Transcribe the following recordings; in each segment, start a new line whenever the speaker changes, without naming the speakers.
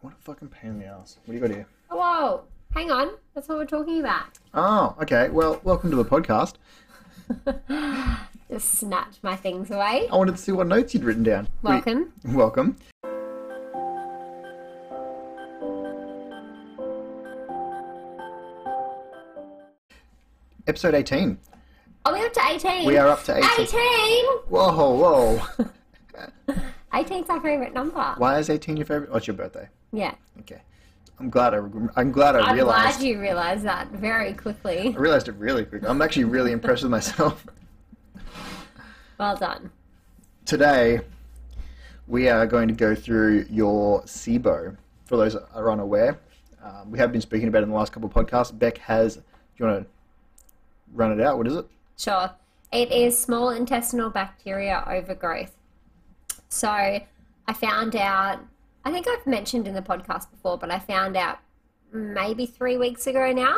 What a fucking pain in the ass. What do you got here?
Oh, Whoa, hang on. That's what we're talking about.
Oh, okay. Well, welcome to the podcast.
Just snatch my things away.
I wanted to see what notes you'd written down. We-
Welcome.
welcome. Episode 18.
Are we up to 18?
We are up to 18.
18!
Whoa, whoa.
18's our favourite number.
Why is 18 your favorite? Oh, it's your birthday.
Yeah.
Okay. I'm glad I, I'm glad I
I'm
realized.
glad you realised that very quickly.
I realized it really quick. I'm actually really impressed with myself.
Well done.
Today, we are going to go through your SIBO. For those that are unaware, um, we have been speaking about it in the last couple of podcasts. Beck has. Do you want to run it out? What is it?
Sure. It is small intestinal bacteria overgrowth. So I found out, I think I've mentioned in the podcast before, but I found out maybe three weeks ago now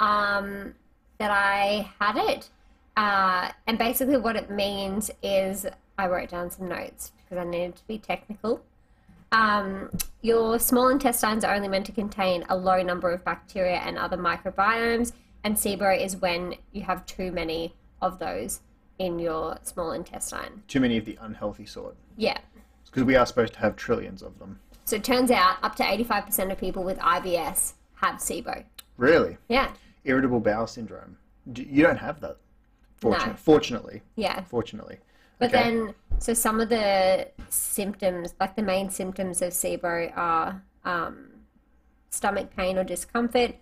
um, that I had it. Uh, and basically, what it means is I wrote down some notes because I needed to be technical. Um, your small intestines are only meant to contain a low number of bacteria and other microbiomes, and SIBO is when you have too many of those in your small intestine.
Too many of the unhealthy sort.
Yeah.
Because we are supposed to have trillions of them.
So it turns out up to 85% of people with IBS have SIBO.
Really?
Yeah.
Irritable bowel syndrome. Do, you don't have that. Fortunately.
No.
Fortunately.
Yeah.
Fortunately.
But
Okay.
then, so some of the symptoms, like the main symptoms of SIBO are um, stomach pain or discomfort,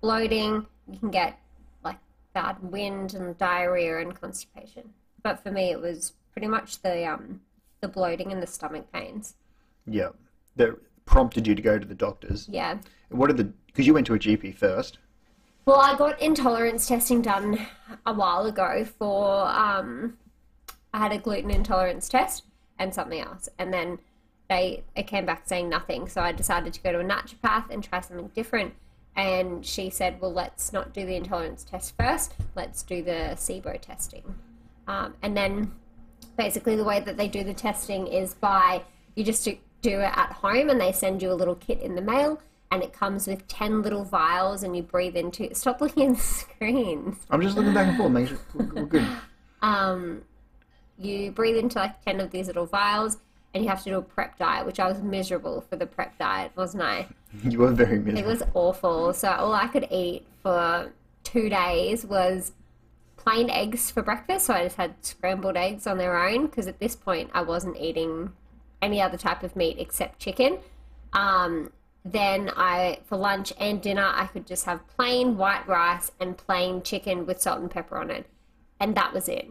bloating, you can get like bad wind and diarrhea and constipation. But for me, it was pretty much the um, the bloating and the stomach pains.
Yeah. That prompted you to go to the doctors.
Yeah.
What are the. Because you went to a GP first.
Well, I got intolerance testing done a while ago for um, I had a gluten intolerance test and something else, and then they it came back saying nothing. So I decided to go to a naturopath and try something different. And she said, "Well, let's not do the intolerance test first. Let's do the SIBO testing." Um, and then basically the way that they do the testing is by you just do, do it at home and they send you a little kit in the mail and it comes with 10 little vials and you breathe into stop looking at the screen
I'm just looking back and forth, making sure we're, we're good.
um, you breathe into like 10 of these little vials and you have to do a prep diet which i was miserable for the prep diet wasn't i
You were very
it
miserable.
was awful so all i could eat for two days was plain eggs for breakfast so i just had scrambled eggs on their own because at this point i wasn't eating any other type of meat except chicken um, then I, for lunch and dinner, I could just have plain white rice and plain chicken with salt and pepper on it. And that was it.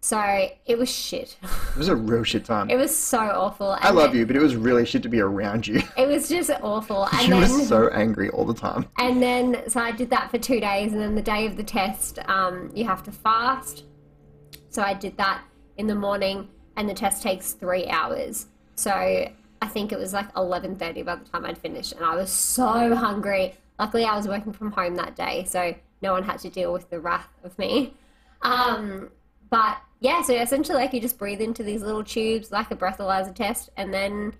So it was shit.
It was a real shit time.
It was so awful.
I love you, but it was really shit to be around you.
It was just awful. And
you
then,
were so angry all the time.
and then, so I did that for two days. And then the day of the test, um, you have to fast. So I did that in the morning, and the test takes three hours. So I think it was like eleven thirty by the time I'd finished, and I was so hungry. Luckily, I was working from home that day, so no one had to deal with the wrath of me. Um, but yeah, so essentially, like you just breathe into these little tubes, like a breathalyzer test, and then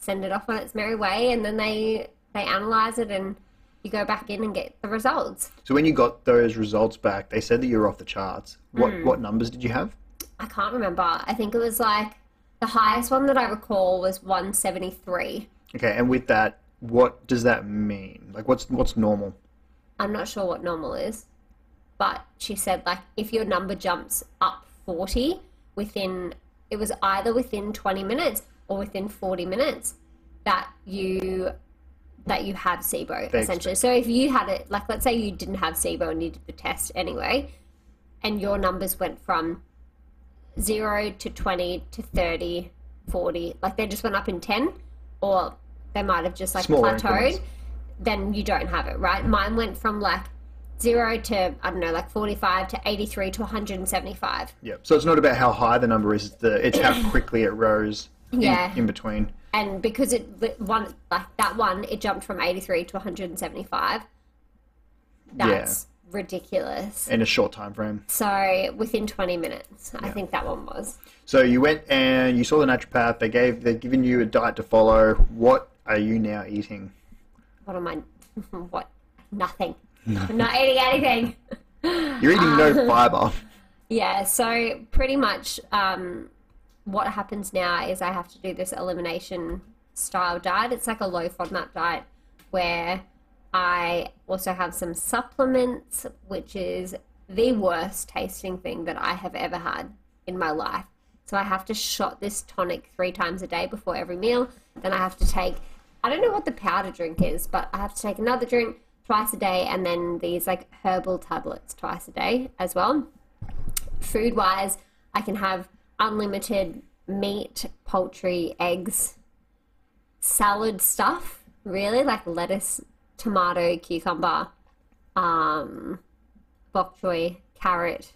send it off on its merry way, and then they they analyze it and you go back in and get the results.
So when you got those results back, they said that you were off the charts. What
Hmm.
what numbers did you have?
I can't remember. I think it was like the highest one that I recall was 173.
Okay, and with that, what does that mean? Like, what's what's normal?
I'm not sure what normal is, but she said like if your number jumps up 40 within it was either within 20 minutes or within 40 minutes that you that you have SIBO
They
essentially. So if you had it like let's say you didn't have SIBO and you did the test anyway and your numbers went from 0 to 20 to 30 40 like they just went up in 10 or they might have just like
Smaller
plateaued
increments.
then you don't have it right mine went from like 0 to i don't know like 45 to 83 to 175
Yeah. So it's not about how high the number is. It's the it's how quickly it rose. in-
Yeah.
In, between.
and because it li- one like that one it jumped from 83 to 175 that's ridiculous
In a short time frame.
so within 20 minutes i think that one was
So you went and you saw the naturopath. They gave they're giving you a diet to follow. What are you now eating?
What am I? What? Nothing. I'm not eating anything.
You're eating no
Um,
fiber.
Yeah, so pretty much um, what happens now is I have to do this elimination style diet. It's like a low FODMAP diet where I also have some supplements, which is the worst tasting thing that I have ever had in my life. So I have to shot this tonic three times a day before every meal. Then I have to take, I don't know what the powder drink is, but I have to take another drink twice a day and then these like herbal tablets twice a day as well food wise, I can have unlimited meat, poultry, eggs, salad stuff, really, like lettuce, tomato, cucumber, um, bok choy, carrot,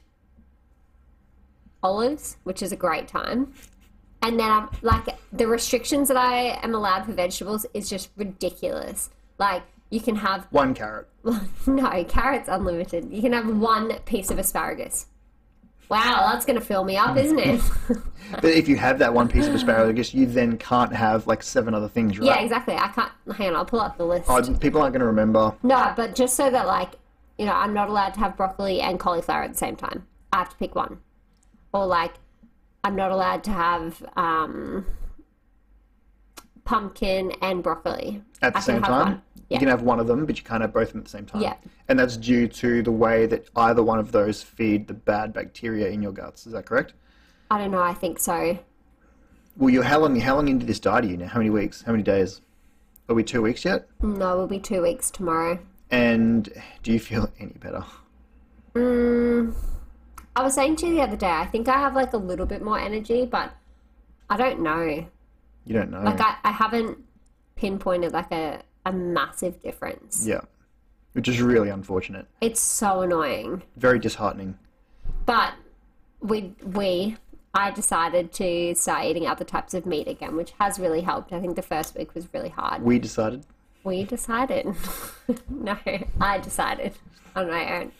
olives, which is a great time. And then I'm like, the restrictions that I am allowed for vegetables is just ridiculous. Like, you can have
One carrot.
no, carrots unlimited. You can have one piece of asparagus. Wow, that's going to fill me up, isn't it?
But if you have that one piece of asparagus, you then can't have like seven other things, right?
yeah, exactly. I can't. Hang on, I'll pull up the list.
Oh, people aren't going to remember.
No, but just so that, like, you know, I'm not allowed to have broccoli and cauliflower at the same time. I have to pick one. Or, like, I'm not allowed to have um, pumpkin and broccoli.
At the
I can
same
have
time,
one. Yeah.
you can have one of them, but you can't have both of them at the same time.
Yeah.
And that's due to the way that either one of those feed the bad bacteria in your guts. Is that correct?
I don't know. I think so.
Well, you're how long? How long into this diet are you now? How many weeks? How many days? Are we two weeks yet?
No, it'll be two weeks tomorrow.
And do you feel any better?
Mm, I was saying to you the other day, I think I have like a little bit more energy, but I don't know.
You don't know.
Like I, I haven't pinpointed like a, a massive difference.
yeah. Which is really unfortunate.
It's so annoying.
Very disheartening.
But we we I decided to start eating other types of meat again, which has really helped. I think the first week was really hard.
We decided.
We decided. No, I decided on my own.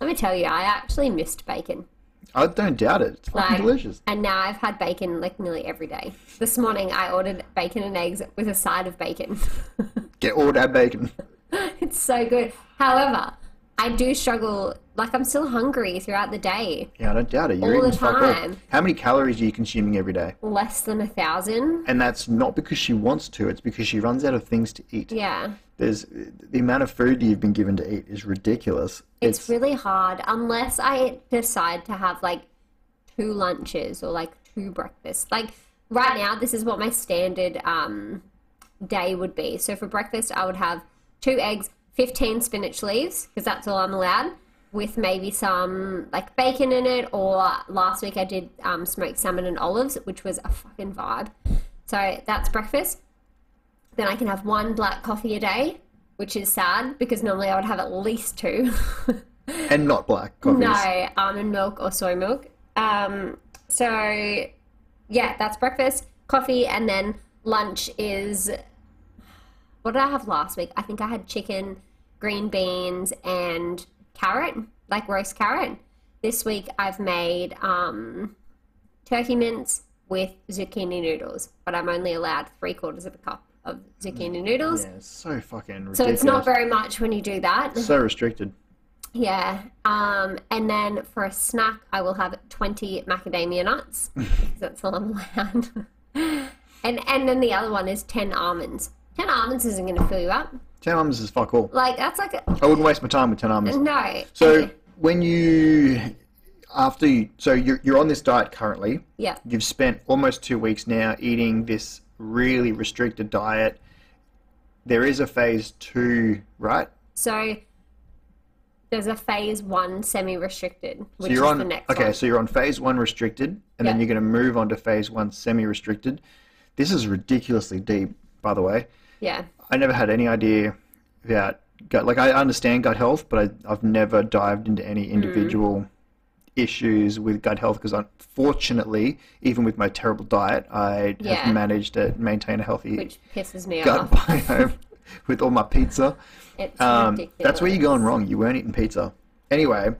Let me tell you, I actually missed bacon.
I don't doubt it. It's fucking
Like,
delicious.
And now I've had bacon like nearly every day. This morning I ordered bacon and eggs with a side of bacon.
Get all that bacon.
it's so good. However, I do struggle, like, I'm still hungry throughout the day.
Yeah, I don't doubt it. You're
All the
eating fuck all.
time.
How many calories are you consuming every day?
Less than a thousand.
And that's not because she wants to. It's because she runs out of things to eat.
Yeah.
There's the amount of food you've been given to eat is ridiculous.
It's, really hard unless I decide to have like two lunches or like two breakfasts. Like right now, this is what my standard um, day would be. So for breakfast, I would have two eggs, 15 spinach leaves, because that's all I'm allowed, with maybe some like bacon in it. Or last week I did um, smoked salmon and olives, which was a fucking vibe. So that's breakfast then I can have one black coffee a day, which is sad because normally I would have at least two.
and not black coffees.
no, almond milk or soy milk. Um, so, yeah, that's breakfast, coffee, and then lunch is what did I have last week? I think I had chicken, green beans, and carrot, like roast carrot. This week I've made um, turkey mince with zucchini noodles, but I'm only allowed three quarters of a cup of zucchini noodles.
Yeah, it's so fucking ridiculous.
So it's not very much when you do that.
so restricted.
Yeah. Um, and then for a snack, I will have 20 macadamia nuts because that's all I'm allowed. and and then the other one is 10 almonds. 10 almonds isn't going to fill you up.
Ten almonds is fuck all.
Like that's like a,
I wouldn't waste my time with ten almonds.
no.
So when you after you, so you're you're on this diet currently.
yeah.
You've spent almost two weeks now eating this really restricted diet. There is a phase two, right?
So there's a phase 1 semi-restricted,
So
which is
you're on
the next
okay.
one.
So you're on phase one restricted, and then
Yeah.
you're going to move on to phase one semi-restricted. This is ridiculously deep, by the way.
Yeah.
I never had any idea about gut. Like I understand gut health, but I, I've never dived into
Hmm.
any individual issues with gut health because unfortunately, even with my terrible diet, I
Yeah.
have managed to maintain a healthy
Which pisses me
gut
off.
biome with all my pizza.
Uh-huh. It's
Um,
ridiculous.
that's where you're going wrong. You weren't eating pizza. Anyway,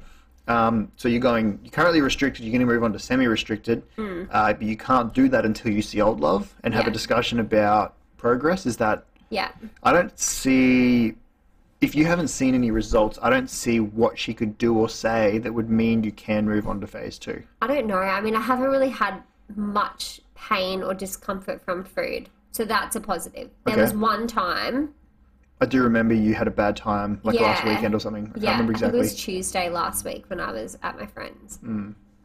um, so you're going. You're currently restricted. You're going to move on to semi-restricted, uh, but you can't do that until you see old love and have a
Hmm. Yeah.
discussion about progress. Is that
Yeah.
I don't see. If you haven't seen any results, I don't see what she could do or say that would mean you can move on to phase two.
I don't know. I mean, I haven't really had much pain or discomfort from food. So that's a positive. There
Okay.
was one time.
I do remember you had a bad time, like last
Yeah.
weekend or something. I
Yeah,
can't remember
I think
exactly. Mm.
it was Tuesday last week when I was at my friend's.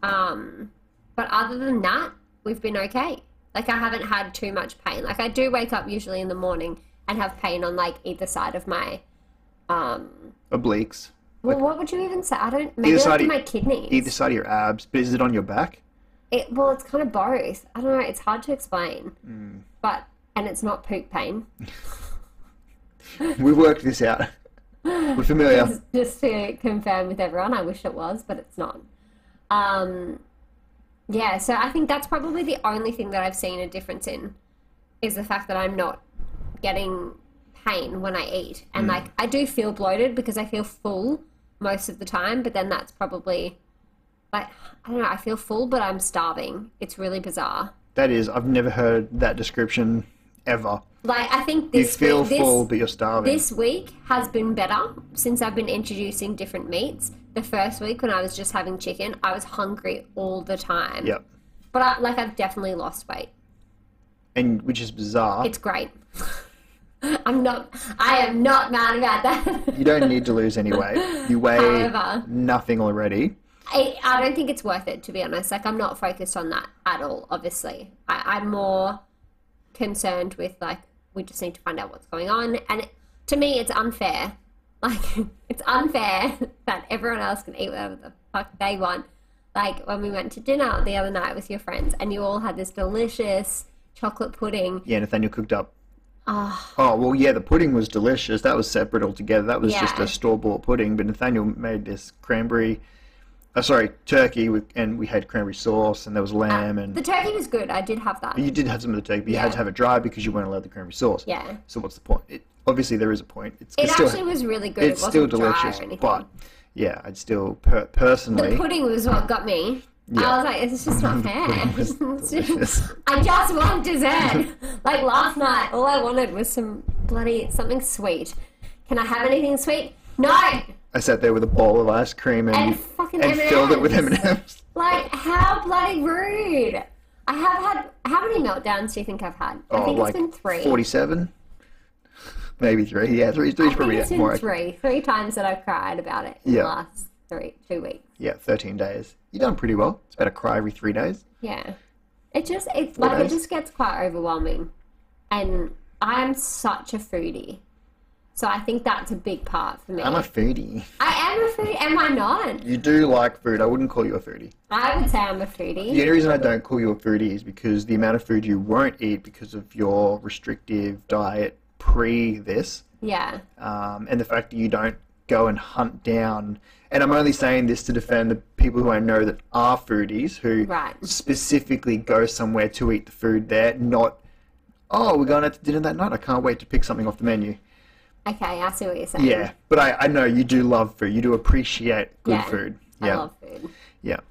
Um, but other than that, we've been okay. Like I haven't had too much pain. Like I do wake up usually in the morning and have pain on like either side of my. Um,
Obliques.
well, what would you even say? I don't. Maybe
Either
like
side-
in my kidneys.
Either side of your abs. But is it on your back?
It, well, it's kind of both. I don't know. It's hard to explain.
Mm.
But and it's not poop pain.
we worked this out. We're familiar.
Just- Just to confirm with everyone, I wish it was, but it's not. Um, yeah, so I think that's probably the only thing that I've seen a difference in is the fact that I'm not getting pain when I eat. And
Mm.
like I do feel bloated because I feel full most of the time, but then that's probably like I don't know, I feel full but I'm starving. It's really bizarre.
That is, I've never heard that description ever.
Like I think
You
this
feel
week- this,
full, but you're starving.
This week has been better since I've been introducing different meats. The first week when I was just having chicken, I was hungry all the time.
Yep.
But I, like I've definitely lost weight.
And which is bizarre.
It's great. I'm not. I am not mad about that.
You don't need to lose any weight. You weigh
However-
nothing already.
I, I don't think it's worth it to be honest. Like I'm not focused on that at all. Obviously, I, I'm more concerned with like we just need to find out what's going on. And it, to me, it's unfair. Like it's unfair that everyone else can eat whatever the fuck they want. Like when we went to dinner the other night with your friends, and you all had this delicious chocolate pudding.
Yeah, Nathaniel cooked up.
Ah.
Oh well, yeah. The pudding was delicious. That was separate altogether. That was just
Yeah.
a store-bought pudding. But Nathaniel made this cranberry, uh, sorry, turkey, with, and we had cranberry sauce, and there was lamb, and
The turkey was good. I did have that.
you did have some of the turkey, but you had
Yeah.
to have it dry because you weren't allowed the cranberry sauce.
Yeah.
So what's the point? It, obviously, there is a point. It's,
It
it's still,
actually was really good.
it's
it wasn't
still
dry or
delicious,
anything.
but yeah, I'd still per- personally.
The pudding was what got me. I
Yeah.
was like, it's just not fair.
was
It's
delicious.
just, I just want dessert. like last night, all I wanted was some bloody something sweet. Can I have anything sweet? No.
I sat there with a bowl of ice cream and,
And fucking
and filled it with
M&Ms.
M&Ms.
Like how bloody rude. I have had how many meltdowns do you think I've had? I
Oh,
think
like
it's been three.
47? Maybe three. Yeah, three, three's
I think
probably
it's been
more.
three. Three times that I've cried about it in
Yeah.
the last three two weeks.
Yeah, 13 days. You've done pretty well. It's about a cry every three days.
Yeah. It just it's like it
days.
just gets quite overwhelming. And I'm such a foodie. So I think that's a big part for me.
I'm a foodie.
I am a foodie, am I not?
You do like food. I wouldn't call you a foodie.
I would say I'm a foodie.
The only reason I don't call you a foodie is because the amount of food you won't eat because of your restrictive diet pre this,
Yeah.
um, and the fact that you don't go and hunt down. And I'm only saying this to defend the people who I know that are foodies who
Right.
specifically go somewhere to eat the food there, not, oh, we're going out to dinner that night. I can't wait to pick something off the menu.
Okay, I see what you're saying.
Yeah. But I, I know you do love food. You do appreciate good
Yeah.
food.
I
Yeah.
love food.
Yeah.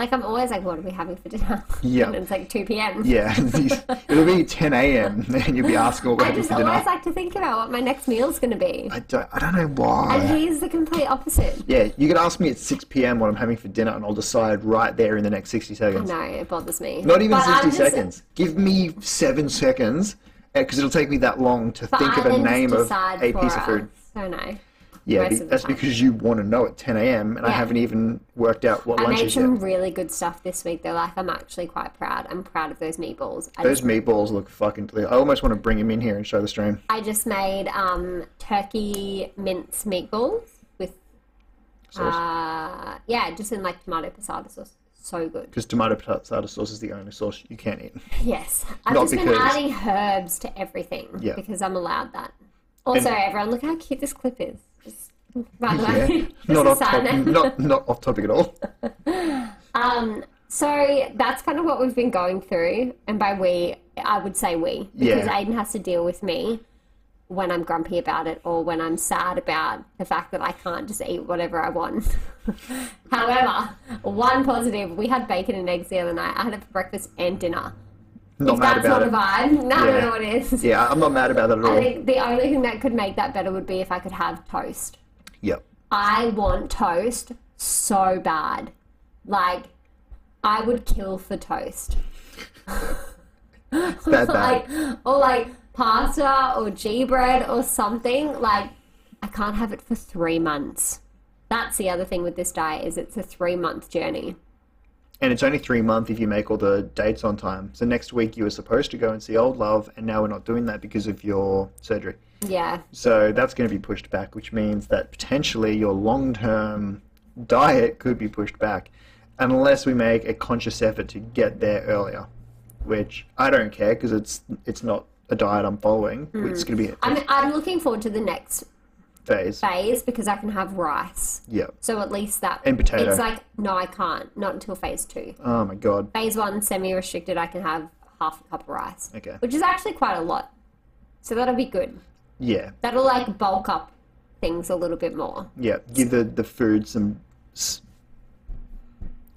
Like I'm always like, what are we having for dinner?
Yeah.
and it's like two PM.
Yeah, it'll be 10 a.m. and you'll be asking what we're
I
having
just
for dinner.
always like to think about what my next meal's gonna be.
I don't, I don't know
And
why.
he's the complete opposite.
Yeah, you could ask me at 6 p.m. what I'm having for dinner, and I'll decide right there in the next 60 seconds.
No, it bothers me.
Not even
But I'm
60
just-
seconds. Give me seven seconds, because it'll take me that long to
but
think
I
of a
then just
name of
decide
a
for
piece of
us.
food.
So no.
Yeah,
most
be-
of the
that's
time.
because you want to know at 10 a.m. and I
Yeah.
haven't even worked out what
I
lunch
made
is yet.
some really good stuff this week though. Like I'm actually quite proud. I'm proud of those meatballs. I
Those
just,
meatballs look fucking delicious. I almost want to bring him in here and show the stream.
I just made um, turkey mince meatballs with
Sauce.
uh, yeah, just in like tomato passata sauce. So good.
Because tomato patata sauce is the only sauce you can eat.
Yes, I've
Not
just been
because-
adding herbs to everything
Yeah.
because I'm allowed that. Also, everyone, look how cute this clip is. Just, by the way,
Yeah,
just
not
a
off top,
side note.
not not off topic at all.
Um, so that's kind of what we've been going through, and by we, I would say we, because
Yeah.
Aiden has to deal with me when I'm grumpy about it or when I'm sad about the fact that I can't just eat whatever I want. However, one positive, we had bacon and eggs the other night. I had it for breakfast and dinner.
Not
if
mad
that's not
about
a
it.
vibe, no, I
Yeah.
don't know what it is.
Yeah, I'm not mad about it at
I
all.
think the only thing that could make that better would be if I could have toast.
Yep.
I want toast so bad. Like, I would kill for toast.
Bad, bad.
like, or like pasta or G bread or something. Like, I can't have it for three months. That's the other thing with this diet is it's a three month journey.
And it's only three month if you make all the dates on time. So next week you were supposed to go and see old love, and now we're not doing that because of your surgery.
Yeah.
So that's going to be pushed back, which means that potentially your long term diet could be pushed back unless we make a conscious effort to get there earlier, which I don't care because it's it's not a diet I'm following. It's going to be a
I'm, I'm looking forward to the next
phase.
phase because I can have rice.
Yeah.
So at least that.
And potato.
It's like, no, I can't. Not until phase two.
Oh my god.
Phase one, semi restricted, I can have half a cup of rice,
Okay.
which is actually quite a lot. So that'll be good.
Yeah.
That'll like bulk up things a little bit more.
Yeah. Give the the food some. s-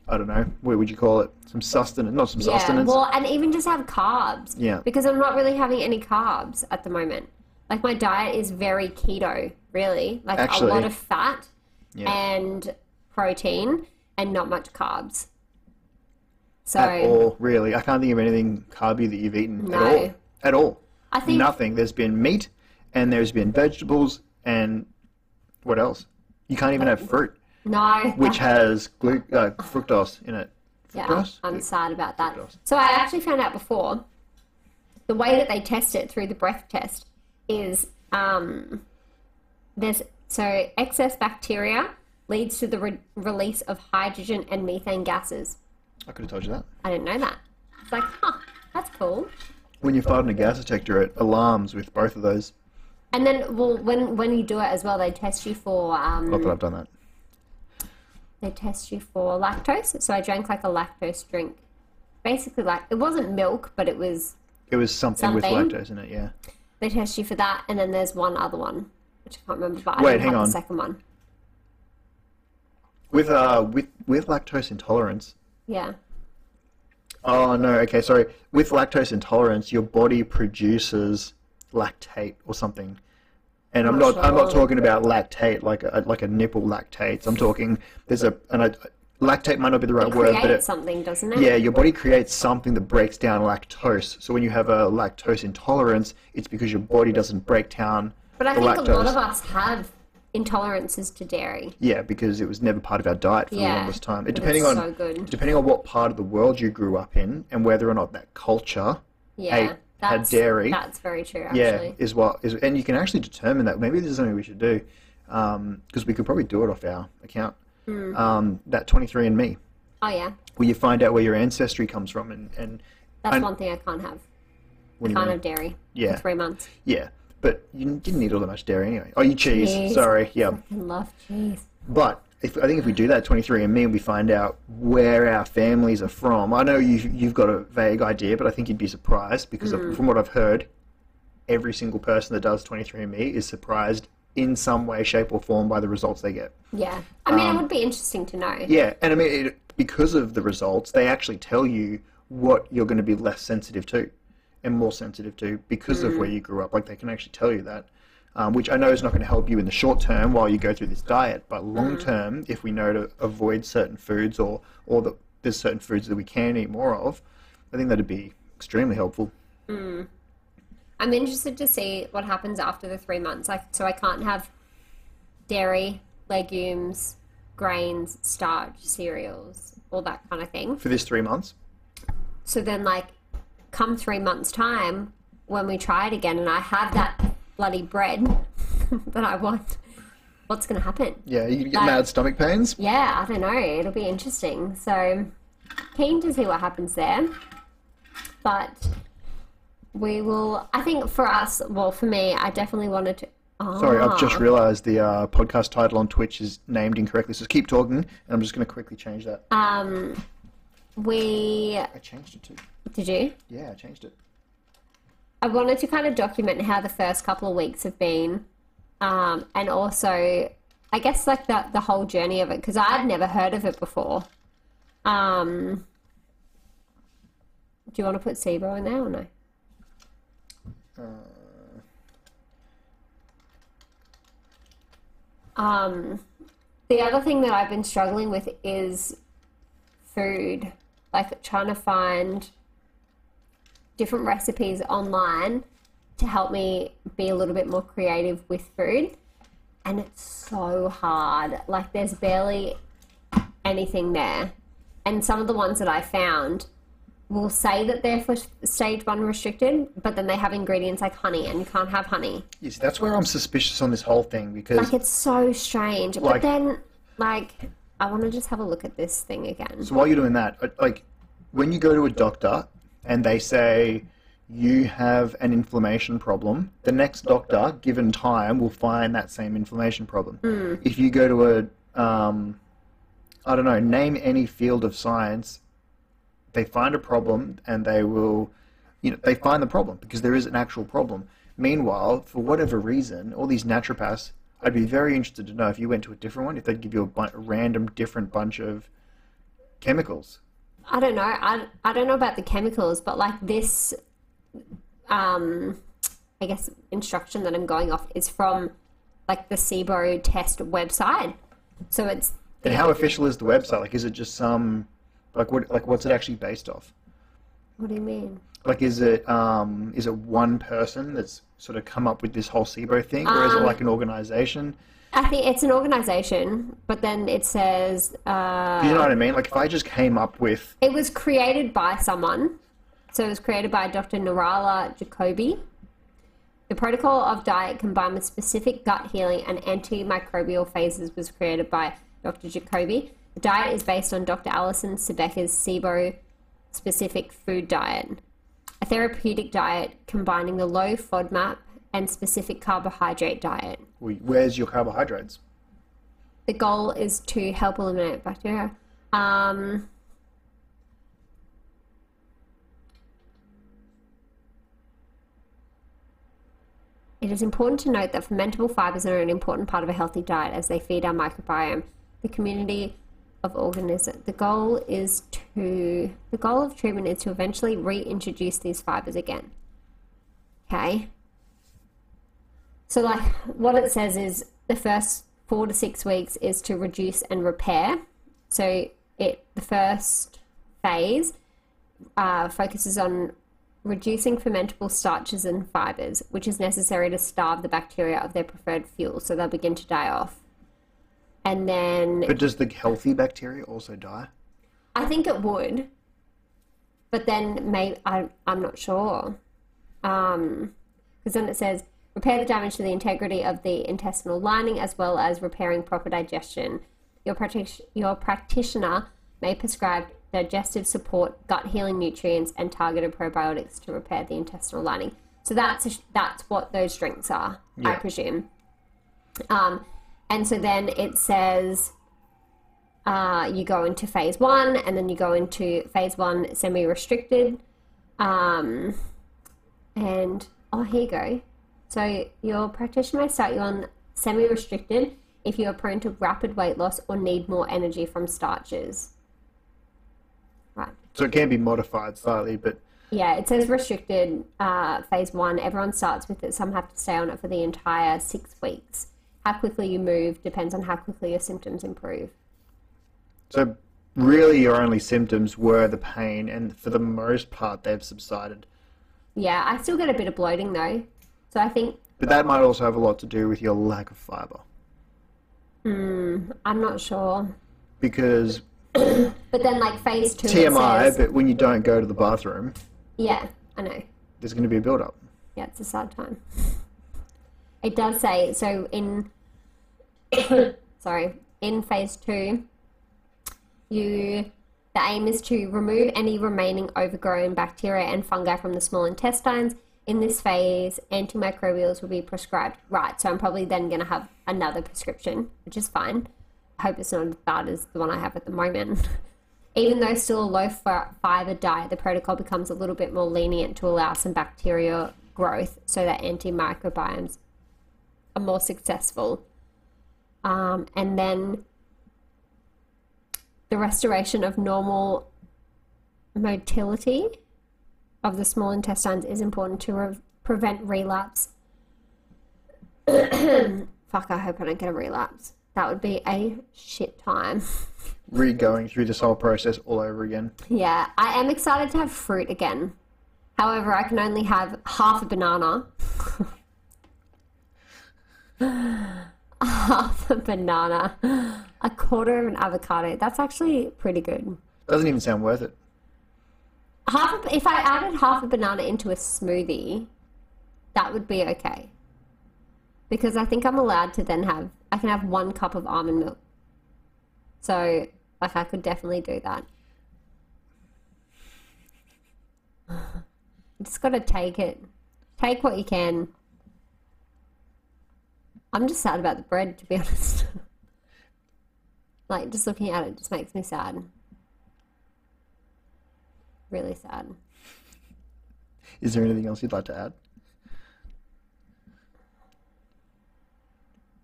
I don't know. What would you call it? Some sustenance, not some
Yeah.
sustenance.
Well, and even just have carbs.
Yeah.
Because I'm not really having any carbs at the moment. Like my diet is very keto, really. Like a
Actually-
lot of fat
Yeah.
and protein and not much carbs. So
at all, really. I can't think of anything carby that you've eaten at
No.
all. At all.
I think-
nothing. There's been meat, and there's been vegetables, and what else? You can't even have fruit,
no,
which has glu- uh, fructose in it.
Yeah,
Fructose?
I'm sad about that.
Fructose.
So I actually found out before the way that they test it through the breath test is um, there's so excess bacteria leads to the re- release of hydrogen and methane gases.
I could have told you that.
I didn't know that. It's like, huh, that's cool.
When you fart in a gas detector, it alarms with both of those.
And then, well, when when you do it as well, they test you for um,
Not that I've done that.
they test you for lactose. So I drank like a lactose drink, basically like it wasn't milk, but it was
It was something, with
Something?
lactose in it, yeah.
They test you for that, and then there's one other one, which I can't remember. But I
Wait,
didn't
hang
have
on.
The second one,
With uh, with with lactose intolerance.
yeah.
Oh no, okay, sorry. With lactose intolerance, your body produces lactate or something. And I'm
Not
not I'm not
sure.
talking about lactate like a like a nipple lactates. I'm talking there's a and I, lactate might not be the right
It
word, but
creates
it,
something, doesn't it?
yeah, your body creates something that breaks down lactose. So when you have a lactose intolerance, it's because your body doesn't break down
But I
the
think
lactose.
a lot of us have intolerances to dairy.
Yeah, because it was never part of our diet for the
Yeah,
longest time. It,
but it's
depending on
so good.
depending on what part of the world you grew up in and whether or not that culture
Yeah,
ate had
that's
dairy.
That's very true,
Yeah,
actually.
is what is, and you can actually determine that. Maybe this is something we should do, because we could probably do it off our account.
Hmm.
Um, that twenty three and Me,
Oh yeah,
where you find out where your ancestry comes from, and and
that's
I-
one thing I can't have.
what do you
Can't
mean?
have dairy.
Mm-hmm. Yeah.
For three months.
yeah. But you didn't need all that much dairy anyway. Oh, you cheese.
Cheese.
Sorry, yeah.
I love cheese.
But if, I think if we do that 23andMe and we find out where our families are from, I know you, you've got a vague idea, but I think you'd be surprised because of, from what I've heard, every single person that does 23andMe is surprised in some way, shape, or form by the results they get.
Yeah. I mean, it
Um,
would be interesting to know.
Yeah, and I mean, it, because of the results, they actually tell you what you're going to be less sensitive to and more sensitive to because of where you grew up. Like, they can actually tell you that, um, which I know is not going to help you in the short term while you go through this diet, but long term, if we know to avoid certain foods or, or that there's certain foods that we can eat more of, I think that'd be extremely helpful.
I'm interested to see what happens after the three months. Like, so I can't have dairy, legumes, grains, starch, cereals, all that kind of thing.
For this three months,
So then, like, come three months' time, when we try it again, and I have that bloody bread that I want, what's going to happen?
yeah, you get
Like-
mad stomach pains.
Yeah, I don't know. It'll be interesting. So, keen to see what happens there. But we will. I think for us, well, for me, I definitely wanted to. Oh,
Sorry, I've just realised the uh, podcast title on Twitch is named incorrectly. So keep talking, and I'm just going to quickly change that.
Um, we
I changed it too.
did you?
Yeah, I changed it.
I wanted to kind of document how the first couple of weeks have been, um, and also, I guess like the the whole journey of it because I'd never heard of it before. Um, Do you want to put SIBO in there or no? Um, the other thing that I've been struggling with is food, like trying to find different recipes online to help me be a little bit more creative with food. And it's so hard. Like, there's barely anything there. And some of the ones that I found will say that they're for stage one restricted, but then they have ingredients like honey, and you can't have honey.
Yes, that's where I'm suspicious on this whole thing because
Like it's so strange.
Like-
but then, like, I want to just have a look at this thing again.
so while you're doing that, I- like when you go to a doctor and they say you have an inflammation problem, the next doctor, given time, will find that same inflammation problem. If you go to a, um, I don't know, name any field of science, they find a problem and they will, you know, they find the problem because there is an actual problem. Meanwhile, for whatever reason, all these naturopaths, I'd be very interested to know if you went to a different one, if they'd give you a, bu- a random different bunch of chemicals.
I don't know. I, I don't know about the chemicals, but like this, um, I guess instruction that I'm going off is from like the SIBO test website. So it's
And how official is the website? Like, is it just some, like, what, like, what's it actually based off?
what do you mean?
Like, is it, um, is it one person that's sort of come up with this whole SIBO thing, or is it like an organization?
I think it's an organization, but then it says uh,
Do you know what I mean? Like, if I just came up with,
It was created by someone. So it was created by Dr. Narala Jacobi. The protocol of diet combined with specific gut healing and antimicrobial phases was created by Dr. Jacobi. The diet is based on Dr. Alison Sebeck's SIBO specific food diet, a therapeutic diet combining the low FODMAP and specific carbohydrate diet.
well, where's your carbohydrates?
The goal is to help eliminate bacteria. Um, it is important to note that fermentable fibers are an important part of a healthy diet as they feed our microbiome, the community of organisms. The goal is to the goal of treatment is to eventually reintroduce these fibers again. Okay. So, like, what it says is the first four to six weeks is to reduce and repair. So, it the first phase uh, focuses on reducing fermentable starches and fibers, which is necessary to starve the bacteria of their preferred fuel, so they'll begin to die off. And then
But does the healthy bacteria also die?
I think it would, but then may I, I'm not sure. Um, because then it says repair the damage to the integrity of the intestinal lining as well as repairing proper digestion. Your, practic- your practitioner may prescribe digestive support, gut healing nutrients, and targeted probiotics to repair the intestinal lining. So that's a, that's what those drinks are, I
Yeah.
presume. Um, and so then it says uh, you go into phase one, and then you go into phase one semi-restricted. Um, and oh, here you go. So your practitioner may start you on semi-restricted if you are prone to rapid weight loss or need more energy from starches. Right.
So it can be modified slightly, but
Yeah, it says restricted uh, phase one. Everyone starts with it. Some have to stay on it for the entire six weeks. How quickly you move depends on how quickly your symptoms improve.
so really your only symptoms were the pain, and for the most part they've subsided.
Yeah, I still get a bit of bloating though. So I think
But that might also have a lot to do with your lack of fiber,
I'm not sure.
because
But then like phase two it
TMI,
says-
but when you don't go to the bathroom,
yeah, I know.
there's going to be a build-up.
Yeah, it's a sad time. It does say so in sorry, in phase two, you the aim is to remove any remaining overgrown bacteria and fungi from the small intestines. In this phase, antimicrobials will be prescribed. Right, so I'm probably then going to have another prescription, which is fine. I hope it's not as bad as the one I have at the moment. Even though still a low fi- fiber diet, the protocol becomes a little bit more lenient to allow some bacterial growth so that antimicrobiomes are more successful. Um, and then the restoration of normal motility of the small intestines is important to re- prevent relapse. Fuck, I hope I don't get a relapse. That would be a shit time.
Re going through this whole process all over again.
Yeah, I am excited to have fruit again. However, I can only have half a banana. half a banana. A quarter of an avocado. That's actually pretty good.
Doesn't even sound worth it.
Half a, if I added half a banana into a smoothie, that would be okay. Because I think I'm allowed to then have I can have one cup of almond milk. So, like I could definitely do that. Just gotta take it. Take what you can. I'm just sad about the bread, to be honest. like, just looking at it just makes me sad. Really sad.
Is there anything else you'd like to add?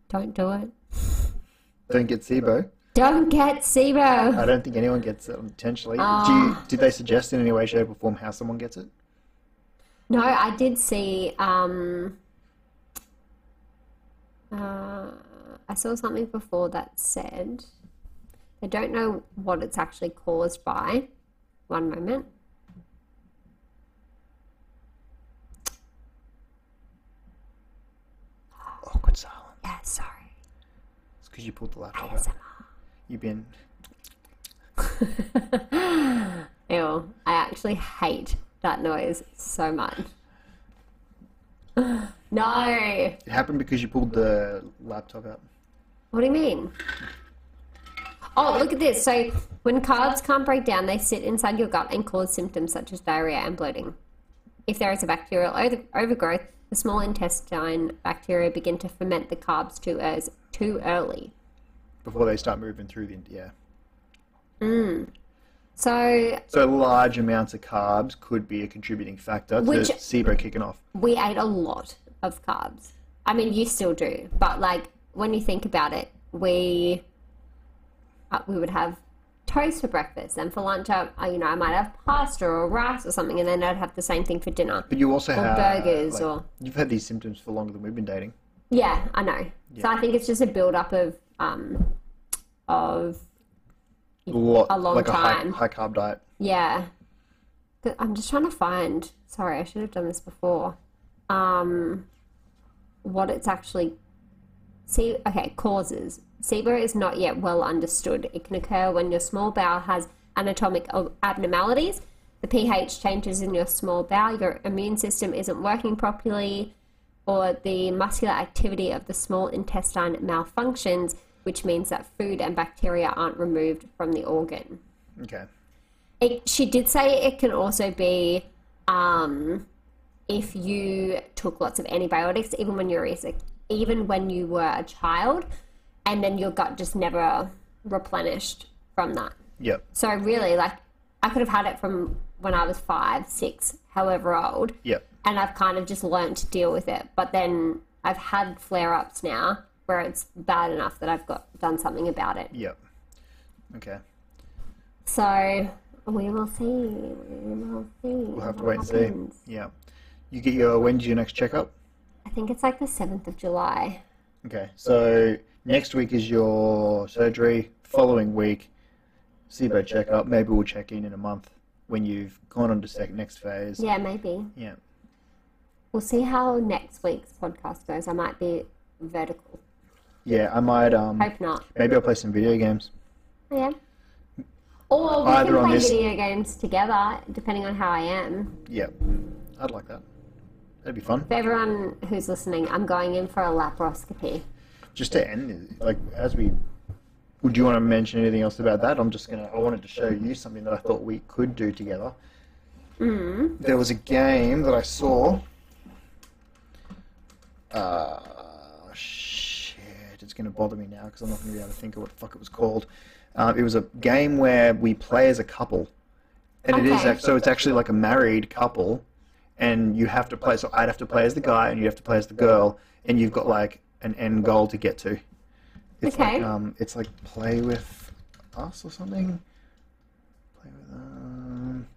Don't do it.
Don't get SIBO.
Don't get SIBO.
I don't think anyone gets it intentionally. Do
Ah.
you, did they suggest in any way, shape, or form how someone gets it?
No, I did see. Um, uh, I saw something before that said I don't know what it's actually caused by. One moment.
Awkward silence.
Yeah, sorry.
It's because you pulled the laptop out. You've been.
Ew, I actually hate that noise so much. No.
It happened because you pulled the laptop out.
What do you mean? Oh, look at this. So, when carbs can't break down, they sit inside your gut and cause symptoms such as diarrhea and bloating. If there is a bacterial over- overgrowth, the small intestine bacteria begin to ferment the carbs too, as, too early.
Before they start moving through the yeah.
So,
So large amounts of carbs could be a contributing factor to
Which-
SIBO kicking off.
we ate a lot of carbs. I mean, you still do, but like when you think about it, we uh, we would have toast for breakfast, and for lunch, I, I- you know, I might have pasta or rice or something, and then I'd have the same thing for dinner.
But you also have
burgers or-
you've had these symptoms for longer than we've been dating.
Yeah, I know. So I think it's just a build up of um of
Lot,
A long
like
time.
a high, high carb diet.
Yeah. But I'm just trying to find, sorry, I should have done this before. Um, what it's actually, see, okay, causes. SIBO is not yet well understood. It can occur when your small bowel has anatomic ab- abnormalities, the pH changes in your small bowel, your immune system isn't working properly, or the muscular activity of the small intestine malfunctions, which means that food and bacteria aren't removed from the organ.
Okay.
It, she did say it can also be um, if you took lots of antibiotics, even when you were a- even when you were a child, and then your gut just never replenished from that.
Yep.
So really, like I could have had it from when I was five, six, however old,
Yep.
and I've kind of just learned to deal with it. But then I've had flare-ups now where it's bad enough that I've got done something about it.
Yep. Okay.
So we will see. We will see.
We'll have to wait and see. Yeah. You get your when's your next checkup?
I think it's like the seventh of July.
Okay. So next week is your surgery. Following week, SIBO checkup. Maybe we'll check in in a month when you've gone on to sec- next phase.
Yeah, maybe.
Yeah.
We'll see how next week's podcast goes. I might be vertical.
Yeah. I might. Um.
Hope not.
Maybe I'll play some video games.
Yeah. Or we
Either
can
on
play
this-
video games together, depending on how I am.
Yeah. I'd like that. That'd be fun.
For everyone who's listening, I'm going in for a laparoscopy.
Just to end, like as we, would you want to mention anything else about that? I'm just gonna. I wanted to show you something that I thought we could do together. Mm. There was a game that I saw. Uh, shit! It's gonna bother me now because I'm not gonna be able to think of what the fuck it was called. Uh, it was a game where we play as a couple, and it is
Okay.
ac- so it's actually like a married couple, and you have to play. So I'd have to play as the guy, and you have to play as the girl, and you've got like an end goal to get to. It's
Okay.
Like, um, it's like play uh, with us or something. Play with um.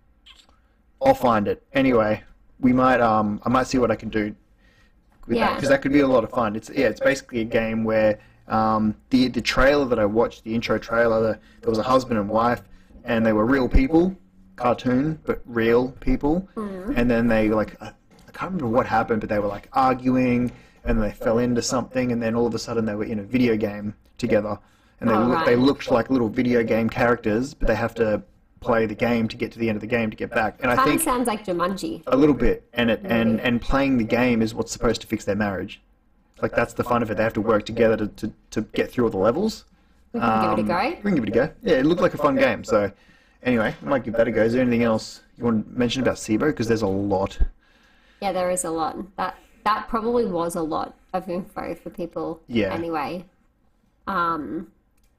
I'll find it anyway. We might um I might see what I can do with that
Yeah.
because that could be a lot of fun. It's yeah, it's basically a game where um the the trailer that I watched, the intro trailer, there was a husband and wife, and they were real people, cartoon but real people,
Mm-hmm.
and then they like I, I can't remember what happened, but they were like arguing and they fell into something, and then all of a sudden they were in a video game together, and they
Oh,
look they
right.
looked like little video game characters, but they have to play the game to get to the end of the game to get back. And I
Kind
think
of sounds like Jumanji.
a little bit, and it and and playing the game is what's supposed to fix their marriage. Like that's the fun of it. They have to work together to to, to get through all the levels.
We can give it a
Um,
go.
We can give it a go. Yeah, it looked like a fun game. So anyway, I might give that a go. Is there anything else you want to mention about SIBO? Because there's a lot.
Yeah, there is a lot. That that probably was a lot of info for people
Yeah.
anyway. Um,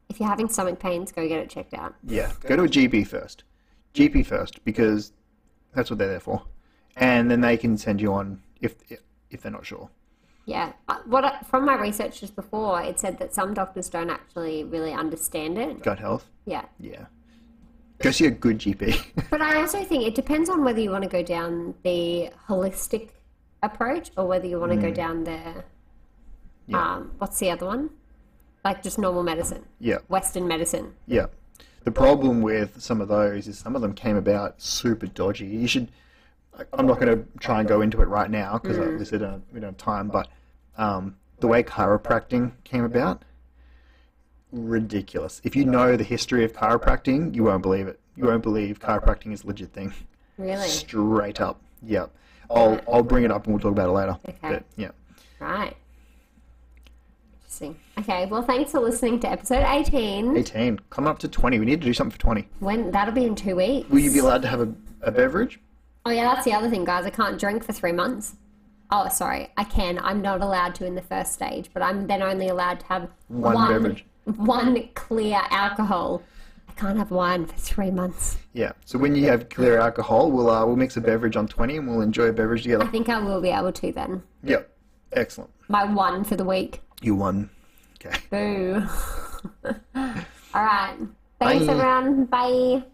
if you're having stomach pains, go get it checked out.
Yeah, go to a GP first. GP first because that's what they're there for, and then they can send you on if if they're not sure.
Yeah. Uh, What I, from my research just before, it said that some doctors don't actually really understand it.
Gut health.
Yeah.
Yeah. Go see a good GP.
But I also think it depends on whether you want to go down the holistic approach or whether you want to go down the
Mm. Yeah.
um, what's the other one? Like just normal medicine,
yeah,
Western medicine.
yeah. The problem with some of those is some of them came about super dodgy. You should. I- I'm not going to try and go into it right now because
Mm.
obviously I don't, we don't have time. But um, the way chiropractic came about, ridiculous. If you know the history of chiropractic, you won't believe it. You won't believe chiropractic is a legit thing.
Really?
Straight up. Yep. I'll I'll bring it up and we'll talk about it later.
Okay.
But, yeah.
Right. Interesting. Okay, well thanks for listening to episode 18.
18. Coming up to 20. We need to do something for 20.
When that'll be in two weeks.
Will you be allowed to have a, a beverage?
Oh yeah, that's the other thing, guys. I can't drink for three months. Oh, sorry. I can. I'm not allowed to in the first stage, but I'm then only allowed to have
One beverage.
one clear alcohol. I can't have wine for three months.
Yeah. So when you have clear alcohol, we'll uh, we'll mix a beverage on 20 and we'll enjoy a beverage
I
together.
think I will be able to then.
Yep. Excellent.
My one for the week.
You won. Okay.
Boo. All right. Thanks,
Bye.
everyone. Bye.